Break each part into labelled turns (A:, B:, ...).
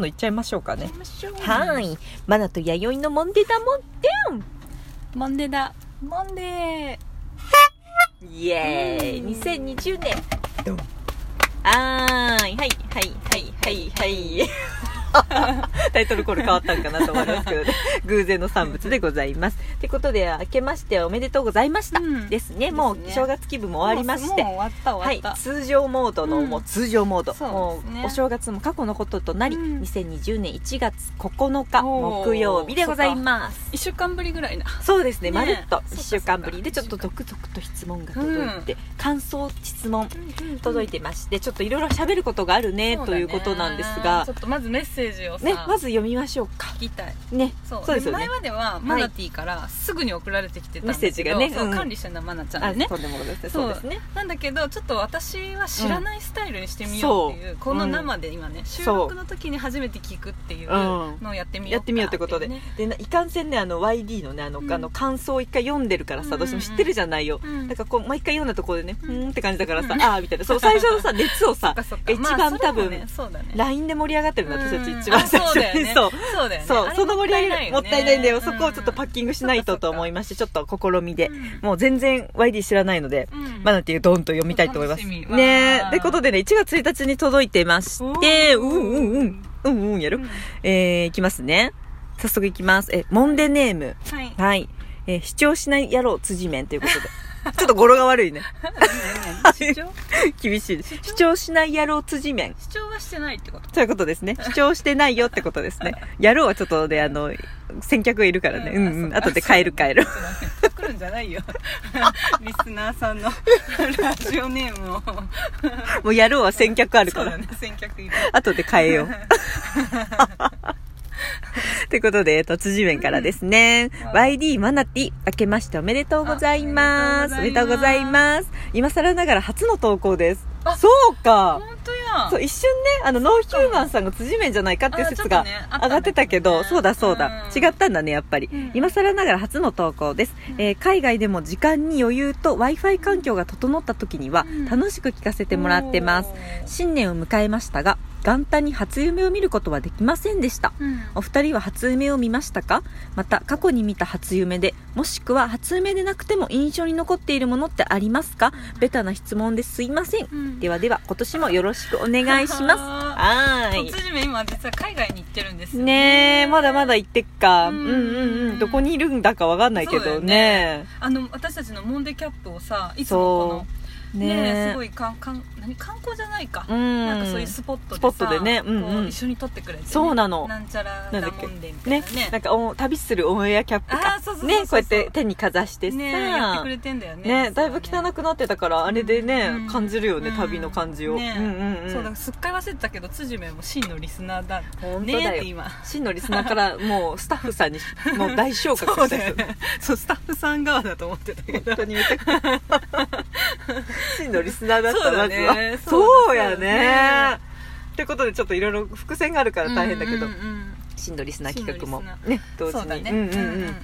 A: の行っちゃいましょうかね
B: は
A: は
B: ーい
A: ーいマナと弥生のモンデダモンデ
B: モンデだモンデ
A: ンイエーイ
B: うん
A: 2020年あーいはいはいはいはいはい タイトルコール変わったんかなと思いますけどね偶然の産物でございますってことで明けましておめでとうございました、
B: うん
A: ですねもう
B: ですね
A: 正月気分も終わりまし
B: も
A: て
B: う終わった
A: は
B: 終わ
A: い
B: った、、
A: 通常モードの、
B: うん
A: もう通常モード、
B: そう
A: も
B: ですね
A: うお正月も過去のこととなり、
B: うん
A: 2020年1月9日
B: おー
A: 木曜日でございます
B: 一週間ぶりぐらいな
A: そうですね
B: ね
A: まるっと
B: そ
A: 1
B: っか
A: 週間ぶ
B: そ
A: り
B: っか
A: でちょっと続々と質問が届いて、感想質問届いてまして、ちょっといろいろ喋ることがあるね
B: そうだ
A: と
B: ね
A: いうことなんですが
B: ちょっとまずメッセージをさ、
A: ねまず読みましょうか
B: 聞きたい
A: ね
B: そう
A: そうですよね
B: 前まではマナティーからすぐに送られてきてたんだ
A: メ
B: けど
A: ッセージがね
B: そう
A: うん
B: 管理してるのはマナちゃ
A: あ
B: んでね
A: とんでもございません
B: そ
A: そううですね
B: なんだけどちょっと私は知らないスタイルにしてみようっていう、この生で今ね、収録の時に初めて聞くっていうのをやってみよ
A: や
B: うか
A: ってみようってことで
B: ね
A: でないかんせんねあの YD のねあの,、
B: うん
A: あの感想を一回読んでるから
B: うんう
A: さ
B: ん
A: どうしても知ってるじゃないよ、
B: うん
A: なんかこう毎回読んだところでね、う
B: うん
A: ーんって感じだからさ、
B: うん
A: ああみたいなそう最初のさ熱を
B: そ
A: さ
B: っかそっか
A: が一
B: まあ
A: 番
B: それ
A: 多
B: も
A: 分、
B: ねそうだね
A: LINE で盛り上がってるのは私た
B: うん
A: ち一番最初に、
B: あ
A: そう
B: そうだよね
A: そう、その盛り上げ
B: あれ
A: もったいないんだよ、そこをちょっとパ
B: ッ
A: ッキングしないとと思いましてちょっと試みで、
B: うん
A: もう全然 YD 知らないので、
B: うん
A: マナティーをドンと読みたいと思います
B: 楽しみ
A: ね
B: わー
A: えってことでね1月1日に届いてましてうんうん
B: おー
A: うんうんうんやる、
B: うん
A: えー、いきますね早速いきますえモンデネーム
B: はいいいね
A: はい、えー、主張しない野郎辻面という ことでちょっと語呂が悪いね
B: 主張
A: 厳しいです主張しない野郎辻面
B: 主張はしてないってこと
A: そういうこと ですね。主張してないよってことですね。やろうはちょっとね、あの、先客がいるからね。う
B: うんん
A: うん。
B: あそ
A: 後
B: う
A: で帰る帰る。
B: 来るんじゃないよリスナーさんのラジオネームを
A: もうやろうは先客ある
B: そ
A: か
B: うだ
A: ら。
B: ね先客いる
A: 後で変え よう。ということで、えっと、辻面からですね。
B: うん
A: YD マナティ、明けましておめでとうございます。
B: あ
A: お
B: お
A: めで
B: めで
A: とう
B: とう
A: ご
B: ご
A: ざ
B: ざ
A: い
B: い
A: ます。今更ながら初の投稿です。
B: あ
A: そうか
B: 本。当や
A: そう、一瞬ね、あの、ノーヒューマンさんが辻面じゃないかっていう説が
B: あちょっとねあった
A: 上がっ
B: んだけどね
A: てたけど、そうだそうだ。
B: うん
A: 違ったんだね、やっぱり
B: うん。
A: 今更ながら初の投稿です。
B: うん
A: えー海外でも時間に余裕と Wi-Fi 環境が整った時には
B: うん
A: 楽しく聞かせてもらってます。新年を迎えましたが、元旦に初夢を見ることはできませんでした。
B: おー、うん
A: お二人は初夢を見ましたかまた過去に見た初夢でもしくは初夢でなくても印象に残っているものってありますかベタな質問ですいません
B: うん
A: ではでは今年もよろしくお願いします
B: あ
A: は
B: ー
A: ー
B: 突然今実は海外に行ってるんです
A: い
B: よ
A: ねえまだまだ行ってっかう
B: うんん
A: うんうんどこにいるんだかわかんないけ
B: そうだ
A: ど
B: よ
A: ね
B: ねあの私たちのモンデキャップをさいつ
A: そ
B: も
A: う
B: このね
A: ね
B: すごいかんかん何観光じゃないか、
A: うん
B: なんかそういうスポットでさ
A: スポットでねうんうん
B: こ一緒に撮ってくれてね、
A: そうなの
B: なんちゃらだもんでみたい
A: ね
B: な
A: なん
B: ね
A: かお旅するオンエアキャップ
B: あ
A: か
B: ーそうそうそうそう
A: ねこうやって手にかざしてさ
B: ねやってくれてんだよね
A: ねだいぶ汚
B: く
A: くなってたからあれでね
B: うん
A: 感じるよね
B: うん
A: 旅の感じをうん
B: ね
A: うん
B: そう
A: う
B: だか
A: ん
B: らすっかり忘れてたけど辻めも真のリスナーだね
A: 本当
B: ーっ
A: だ
B: て
A: よ
B: 今
A: 真のリスナーからもうスタッフさんにもう大昇
B: そ
A: 格
B: う
A: した
B: だ
A: 人
B: よねそうスタッフさん側だと思ってたけど
A: 本当にめちゃくちゃ真のリスナーだった
B: そう
A: まず
B: だね
A: はそ
B: そうう
A: や
B: だね
A: ねってことでちょっといろいろ伏線があるから大変だけど
B: うんうんうん
A: 真のリスナー企画も
B: 真のリ
A: ね同時
B: そうだ
A: に
B: ね
A: うんうん
B: うんうんう
A: うんん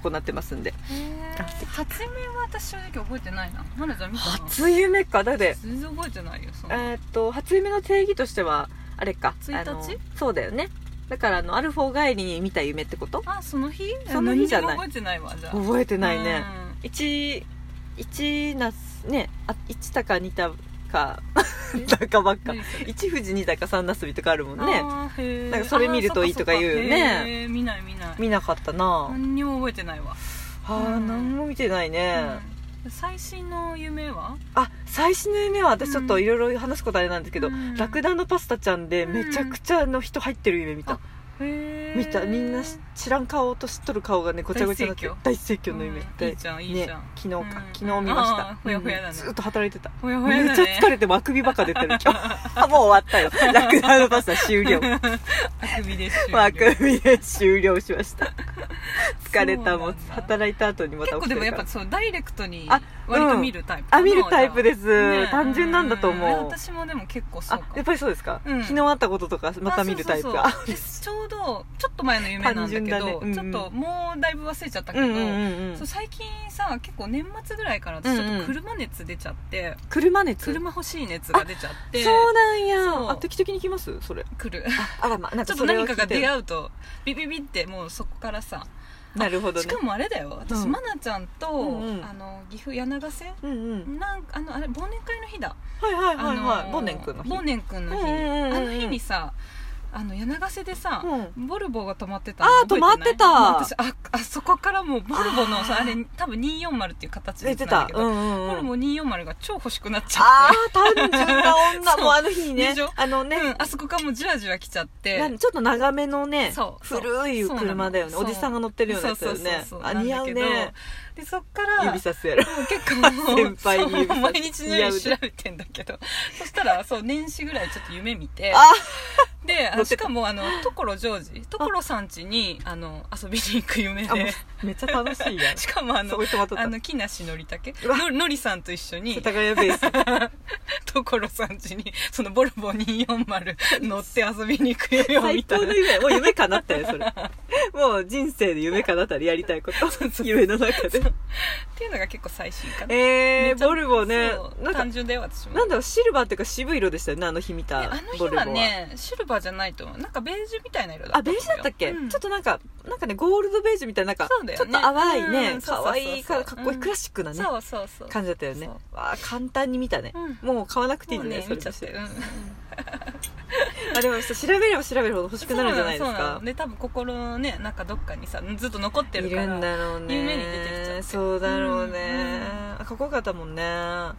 A: 行ってますんで
B: へー
A: あ素敵
B: 初夢は私正直覚えてないな奈々ちゃん見たな
A: 初夢かだって
B: 全然覚えてないよその
A: えーっと初夢の定義としてはあれか
B: 1日
A: あのそうだよねだからあのアルフォー帰りに見た夢ってこと
B: あその日
A: その日じゃない
B: 何にも覚えてないわじゃあ
A: 覚えてないね
B: うん
A: 一一なすねあ一たか二たかだかばっか
B: 何それ
A: 一富士二たか三なすびとかあるもんね
B: あーへー
A: なんかそれ見るといいとか言うよね
B: あーそっかそっかへー見ない見ない
A: 見なかったな
B: 何にも覚えてないわ
A: あー
B: うん
A: 何も見てないね
B: うん最新の夢は
A: あ最新の夢は私ちょっといろいろ話すことあれなんですけど
B: うん
A: ラクダのパスタちゃんでめちゃくちゃあの人入ってる夢見た
B: へー
A: 見たみんなし知らん顔と知っとる顔がねごちゃごちゃになって大盛況の夢、
B: うんいいじゃんいいじゃん
A: ね、昨日か、
B: うん
A: 昨日見ました
B: あーほやほやだね
A: うんずっと働いてた
B: ほやほや
A: め
B: だ
A: っ
B: ね
A: ちゃ疲れてもあくびばっか出てる 今日もう終わったよラクダのパスタ終了
B: あくびでし
A: もうあくびで終了しました疲れた
B: そう
A: も
B: な
A: うん
B: だ
A: 働いた後にまた起
B: 結構
A: き
B: で
A: て
B: もや
A: る
B: っ
A: か
B: ぱそうダイレクトに
A: あ
B: 割と
A: うん
B: 見るタイプ
A: あ見るタイプです
B: ね
A: 単純なんだと思う
B: うん私もでも結構そ
A: ら
B: う
A: あ
B: か
A: やっぱりそうですか、
B: うん
A: 昨日あったこととかまた見るタイプ
B: あ
A: あ
B: そうそうそうでちょうどちょっと前の夢なんだけ
A: 単純
B: ど
A: だねうん
B: ちょっともうだいぶ忘れちゃったけ
A: う
B: ど、
A: んうんうんう
B: そうん最近さ結構年末ぐらいから私ちょっと車熱出ちゃって、
A: 車熱
B: 車欲しい熱が出ちゃって
A: そうなん
B: そう
A: やあ定期的に来ますそれ
B: 来る
A: あらまあなん
B: ちょ
A: かそ
B: っと
A: れを
B: 何
A: 聞
B: か
A: いて
B: が出会うとビビビってもうそこからさ
A: なるほどね
B: しかもあれだよ私、
A: うん
B: まなちゃんと、
A: うんうん
B: あの岐阜柳ヶ瀬
A: うんうん
B: なんかあのあれ忘年会の日だ
A: はいはいはい
B: あ
A: はい
B: の
A: ボンネン君の日
B: 忘年君の日、
A: うんうんうんうん
B: あの日にさあの柳ヶ瀬でさ、
A: う
B: ボルボが止まってたの
A: あー
B: 覚えない
A: 止まってた
B: もう私ああそこからもうボルボのさ
A: あ
B: あ
A: ー
B: れ多分240っていう形の
A: 出
B: やつ
A: てた
B: なんだけ
A: う
B: ど、
A: んうん
B: ボル
A: うん
B: ボ240が超欲しくなっちゃ
A: あ
B: って
A: あ単純な女
B: そう
A: もうあの日に
B: で
A: ね
B: しょ
A: あのね
B: うん、あそこからもうじわじわ来ちゃって
A: なんちょっと長めのね
B: そうそう
A: 古い車だよね
B: そ
A: お
B: う
A: じさんが乗ってるようなやつだよね
B: そうそうそうそう
A: あ似合う
B: なんだ
A: ね
B: けどでそっから
A: 指さすやろ
B: もう結構もう
A: 先輩に指さ
B: そう毎日のように調べてんだけどそしたらそう年始ぐらいちょっと夢見て
A: あ
B: であ
A: 乗って
B: したかもあの所ジョージ所さん家にあの遊びに行く夢
A: あも
B: で
A: うめっちゃ楽しいやん
B: しかもあ
A: そ
B: の
A: こに止まっとった
B: あの木梨憲武
A: うわ
B: ののりさんと一緒
A: 世
B: に
A: 田谷ベース
B: 所さん家にそのボルボ240乗って遊びに行く夢を
A: 最
B: 見た
A: 高
B: ら
A: の夢もう夢かなったよそれ もう人生で夢かなったりやりたいこと夢の中で
B: っていうのが結構最新かな
A: え
B: め
A: ー、
B: ちゃ
A: ボルボね
B: そう
A: なんか
B: 単純だよ私も
A: なんだろうシルバーっていうか渋い色でしたよねあの日見
B: で
A: た
B: あの日
A: ボルボ
B: はねシルバーじゃないと思うなんかベージュみたいな色だった
A: あベージュだったっけ、
B: うん
A: ちょっとなんかなんかねゴールドベージュみたいななんか、
B: そうだ
A: ちょ
B: よ
A: っ
B: ね
A: と淡いね
B: うんそうそうそうそう
A: 可愛いからかっこいい、
B: うん
A: クラシックなね
B: そうそうそう
A: 感じだったよね
B: そう
A: わあ簡単に見たね、
B: う
A: もう買わなくていい
B: もう
A: ね
B: ね
A: それ
B: 見ちゃってうん
A: あでもそう調べれば調べるほど欲しくなるんじゃないです
B: そうなの
A: か
B: で多分心のねなんかどっかにさずっと残ってる
A: い
B: から
A: るんだろうね
B: 夢に出てきちゃって
A: そうだろうね、
B: うん
A: あかっこよかったもんね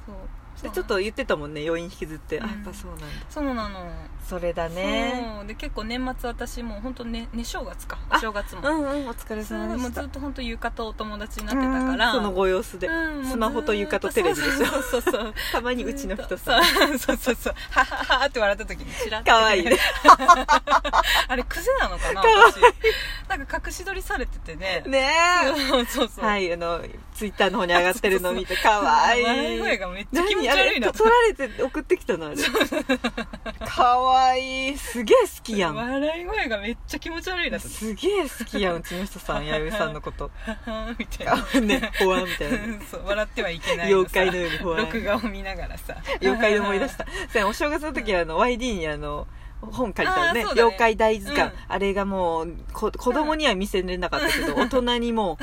B: そう
A: で
B: そう
A: ちょっと言ってたもんね余韻引きずって、
B: うん
A: あやっぱそうなんだ
B: そうなの
A: それだね
B: そうで結構年末私もう本当ねね正月か
A: あ
B: 正月も
A: うんうんお疲れ
B: そう
A: 様で
B: もう
A: し
B: ず
A: た
B: っと本当浴衣とお友達になってたから
A: うんそのご様子で、
B: うんもうずっ
A: スマホと床とテレビでしょ
B: そうそうそうそう
A: たまにうちの人
B: そ
A: さ
B: うそうそうそうはははって笑った時にチラッて
A: かわいいね
B: あれ癖なのかな
A: かわいい
B: 私なんか隠し撮りされててね
A: ね
B: そうそう
A: え
B: そう
A: はいあのツイッターの方に上がってるの見てかわいい
B: 笑い声がめっちゃ気持ち
A: 何
B: 悪い
A: あ
B: な
A: れ撮られて送ってきたのあれ かわいいすげえ好きやん
B: 笑い声がめっちゃ気持ち悪いなと思って
A: すげえ好きやんうちの人さん弥生さんのこと
B: ははみたいな
A: あね保安みたいなね
B: そう笑ってはいけない
A: 妖怪のように怖い
B: 録画を見ながらさ
A: 妖怪で思い出したそれお正月の時はあの YD にあの本借りたのね
B: あーそうだね
A: 妖怪大図鑑、
B: うん
A: あれがもうこ子供には見せれなかったけど、大人にも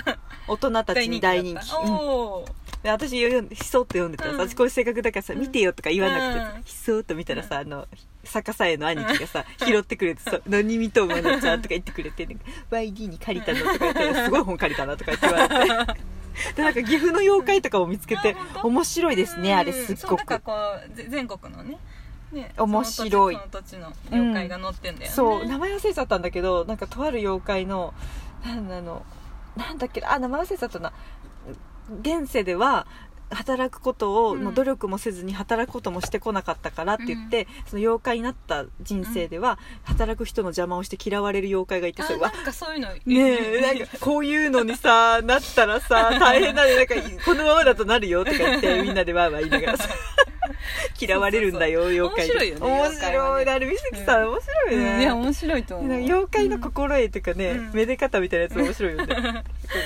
A: 大人たちに大 人気
B: だっ
A: う
B: た
A: ん
B: おー
A: で私よひそっと読んでたらさ、
B: うん
A: 私こういう性格だからさ「
B: うん
A: 見てよ」とか言わなくてさ、
B: うん
A: ひそっと見たらさあの逆さ絵の兄貴がさ拾ってくれてさ「何見とうまなちゃん」とか言ってくれて、ね「YD に借りたの」とか言って「すごい本借りたな」とか言って言われて。 でなんか岐阜の妖怪とかを見つけて
B: あ本当
A: 面白いですねあれすっ
B: そう
A: ご
B: なんか
A: く
B: こうぜ全国のねね
A: 面白い
B: その土地その土地の妖怪が載ってんだよね、
A: そう名前忘れちゃったんだけどなんかとある妖怪のなんだのなんだっけなあ名前忘れちゃったな現世では働くことを、
B: うん
A: の努力もせずに働くこともしてこなかったからって言って、その妖怪になった人生では、働く人の邪魔をして嫌われる妖怪がいてさ
B: あ
A: うわ
B: なんかそういうの
A: ねえなんかこういうのにさなったらさ大変だねなんかこのままだとなるよとか言 ってみんなでわーわー言いながらさ嫌われるんだよ妖怪
B: 面白いよね
A: 面
B: 妖怪は
A: 白
B: ね
A: いあれ美月さん面白いね、
B: うんいや面白いと思う
A: なんか妖怪の心得とかね、
B: うん
A: めで方みたいなやつ面白いよねこ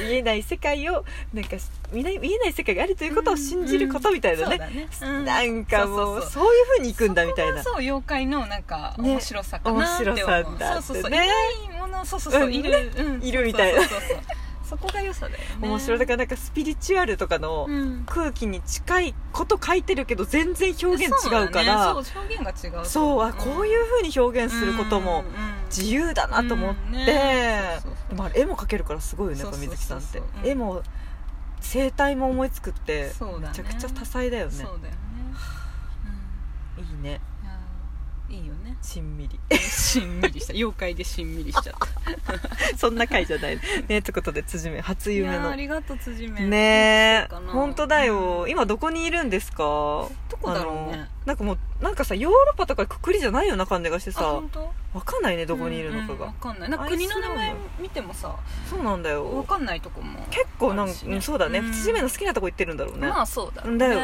A: う見えない世界をなんか見ない見えない世界があるということを信じることみたいなね、
B: そうだねうん
A: なんかもうそう
B: そうそう
A: いうふうにいくんだみたいな
B: そこがそう妖怪のなんか面白さかなって思う、
A: ね面白さだってね
B: そうそうそういないものそうそうそう、
A: うん
B: いる、
A: ね
B: うん
A: いるみたいな
B: そうそうそうそうそこが良さだよね
A: 面白いだからなんかスピリチュアルとかの
B: うん
A: 空気に近いこと書いてるけど全然表現違うから
B: そう,、表現が違う
A: そうあこう
B: う
A: いうふうに表現することも
B: 由
A: 自由だなと思って、
B: うんねそうそうそ
A: で
B: う
A: もあれ絵も描けるからすごいよね
B: そうそうそう
A: 水木さんって、
B: うん
A: 絵も生態も思いつくって
B: そうだね
A: めちゃくちゃ多彩だよね
B: そうだよね、
A: いいね
B: うん、いやーいいよね
A: しんみり
B: しんみりした妖怪でしんみりしちゃった
A: そんな回じゃないねということで辻目初夢
B: いやーあ
A: の
B: りがとう辻め
A: ねえ
B: どうしようかな
A: 本当だよ、
B: うん
A: 今どこにいるんですか
B: どこだろうね
A: なんかもうなんかさヨーロッパとかくくりじゃないような感じがして
B: あ
A: さ
B: 本当
A: わかんないねどこにいるのかが、
B: うんうん、分かんないなんか国の名前見てもさ
A: そうなんだ
B: 分
A: よ
B: かんないとこも
A: 結構なんか
B: あるし
A: う
B: ね
A: んそうだね、
B: うん
A: 縮めの好きなとこ行ってるんだろうね、
B: まあそうだ
A: だよ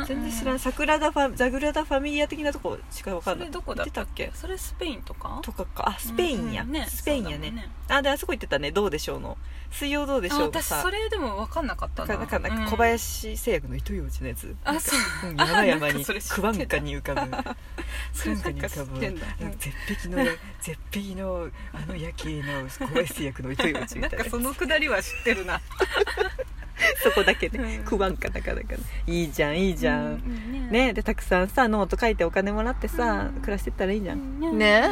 A: ね全然知らないい桜田ファザグラダ・ファミリア的なとこしかわか
B: そ
A: んない
B: れどこだったっ
A: 行
B: け
A: て
B: それスペインとか
A: とかかあスペインや、
B: うんね
A: スペインや
B: そうだ
A: ね
B: もん
A: あであそこ行ってたね「どうでしょうの」水曜どうでし
B: あ
A: ょうの
B: 私
A: さ
B: それでも分かんなかった
A: なんかな
B: な
A: んかなんか小林製薬の糸ようじのやつ、
B: あそう
A: うん
B: あ
A: 山々
B: なん
A: に
B: かそれ知ってた
A: クワンカに浮かぶ
B: それ
A: ク
B: な
A: ワ
B: ん
A: ンカに浮
B: か知
A: か
B: っ
A: ぶ
B: てんだ
A: なんか絶壁の絶壁のあの夜景の小林製薬の糸ようじみ
B: な
A: た
B: ん
A: いな
B: かそのくだりは知ってるな
A: そこだけで、
B: うん
A: クワンカだからだからいいじゃんいいじゃん、
B: ん
A: ねでたくさんさノート書いてお金もらってさ、
B: うん
A: 暮らしてったらいいじゃん、
B: うん
A: ね
B: ね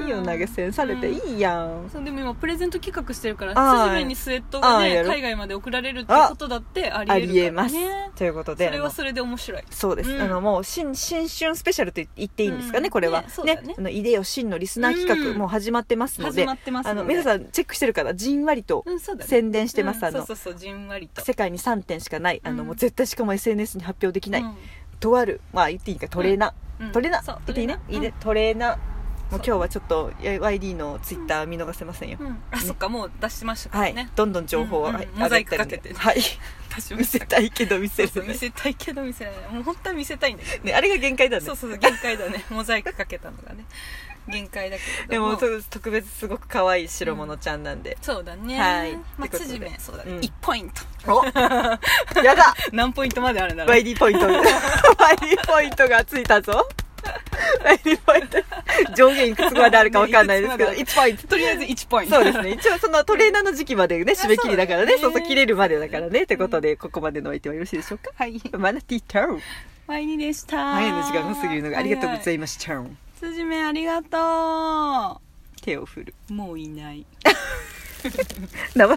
A: えいいよ投げ銭されていいやん、
B: そうでも今プレゼント企画してるから
A: あー
B: スジメにスウェットが
A: あーや
B: ね
A: ろ
B: 海外まで送られるってことだってあり
A: あ
B: えるから、ね、
A: りえます、ということ
B: そ
A: で
B: れ
A: あ
B: は
A: の
B: それで面白い
A: そうです、
B: うん
A: あのもう新新春スペシャルと言っていいんですかね、
B: うん
A: これは
B: ねそうだよね
A: あのいでよ真のリスナー企画、
B: うん
A: もう始まってますので
B: 始まってます
A: あの皆
B: ん
A: さんチェックしてるからじんわりと
B: うんそうだね
A: 宣伝してます、
B: うん
A: あの
B: そうそうそうじんわりと
A: 世界に3点しかないあの、
B: うん
A: もう絶対しかも SNS に発表できない、
B: うん
A: とあるまあ言っていいかトレーナー、
B: うん
A: トレーナ
B: そう
A: ー言っていいね、
B: トレーナー
A: いいねトレーナーもう
B: そう
A: 今日はちょっといや YD のツイッター見逃せませんよ、
B: うんあそっかもう出しましたか
A: は
B: ら
A: い、
B: ね、
A: どんどん情報は、
B: うんうん
A: はい
B: モザイクかけて
A: 上がったりね
B: 出
A: はい
B: しま
A: 見
B: し
A: せ
B: た
A: たいけど見せ
B: そ
A: る
B: うそう見
A: ね
B: せたいけど見せられないもう本当は見せたいんだけど
A: ねあれが限界だね
B: そうそうそう限界だねモザイクかけたのがね限界だけれ
A: で
B: ど
A: も
B: も
A: そう特別すごく可愛い白物ちゃんなんで、
B: そうだね
A: はい
B: まあ
A: ってことで
B: 辻めそうだ
A: う
B: ね
A: ん
B: 1ポイント
A: おやだ
B: 何ポイントまである んだろう
A: YD ポイン ト YD ポイントがついたぞ YD ポイント上限いくつまであるかわかんないですけど
B: い
A: 1ポイント
B: とりあえず1ポイン ト
A: そうですね一応そのトレーナーの時期までね締め切りだからね
B: そ
A: そううそ
B: だよね
A: う切れるまでだからねってことでここまでのお相手はよろしいでしょうか
B: はい
A: マナティータウン
B: 前にでした
A: 前の時間が過ぎるのがありがとうございました、
B: す辻めありがと
A: 手を振る
B: うもういない
A: 生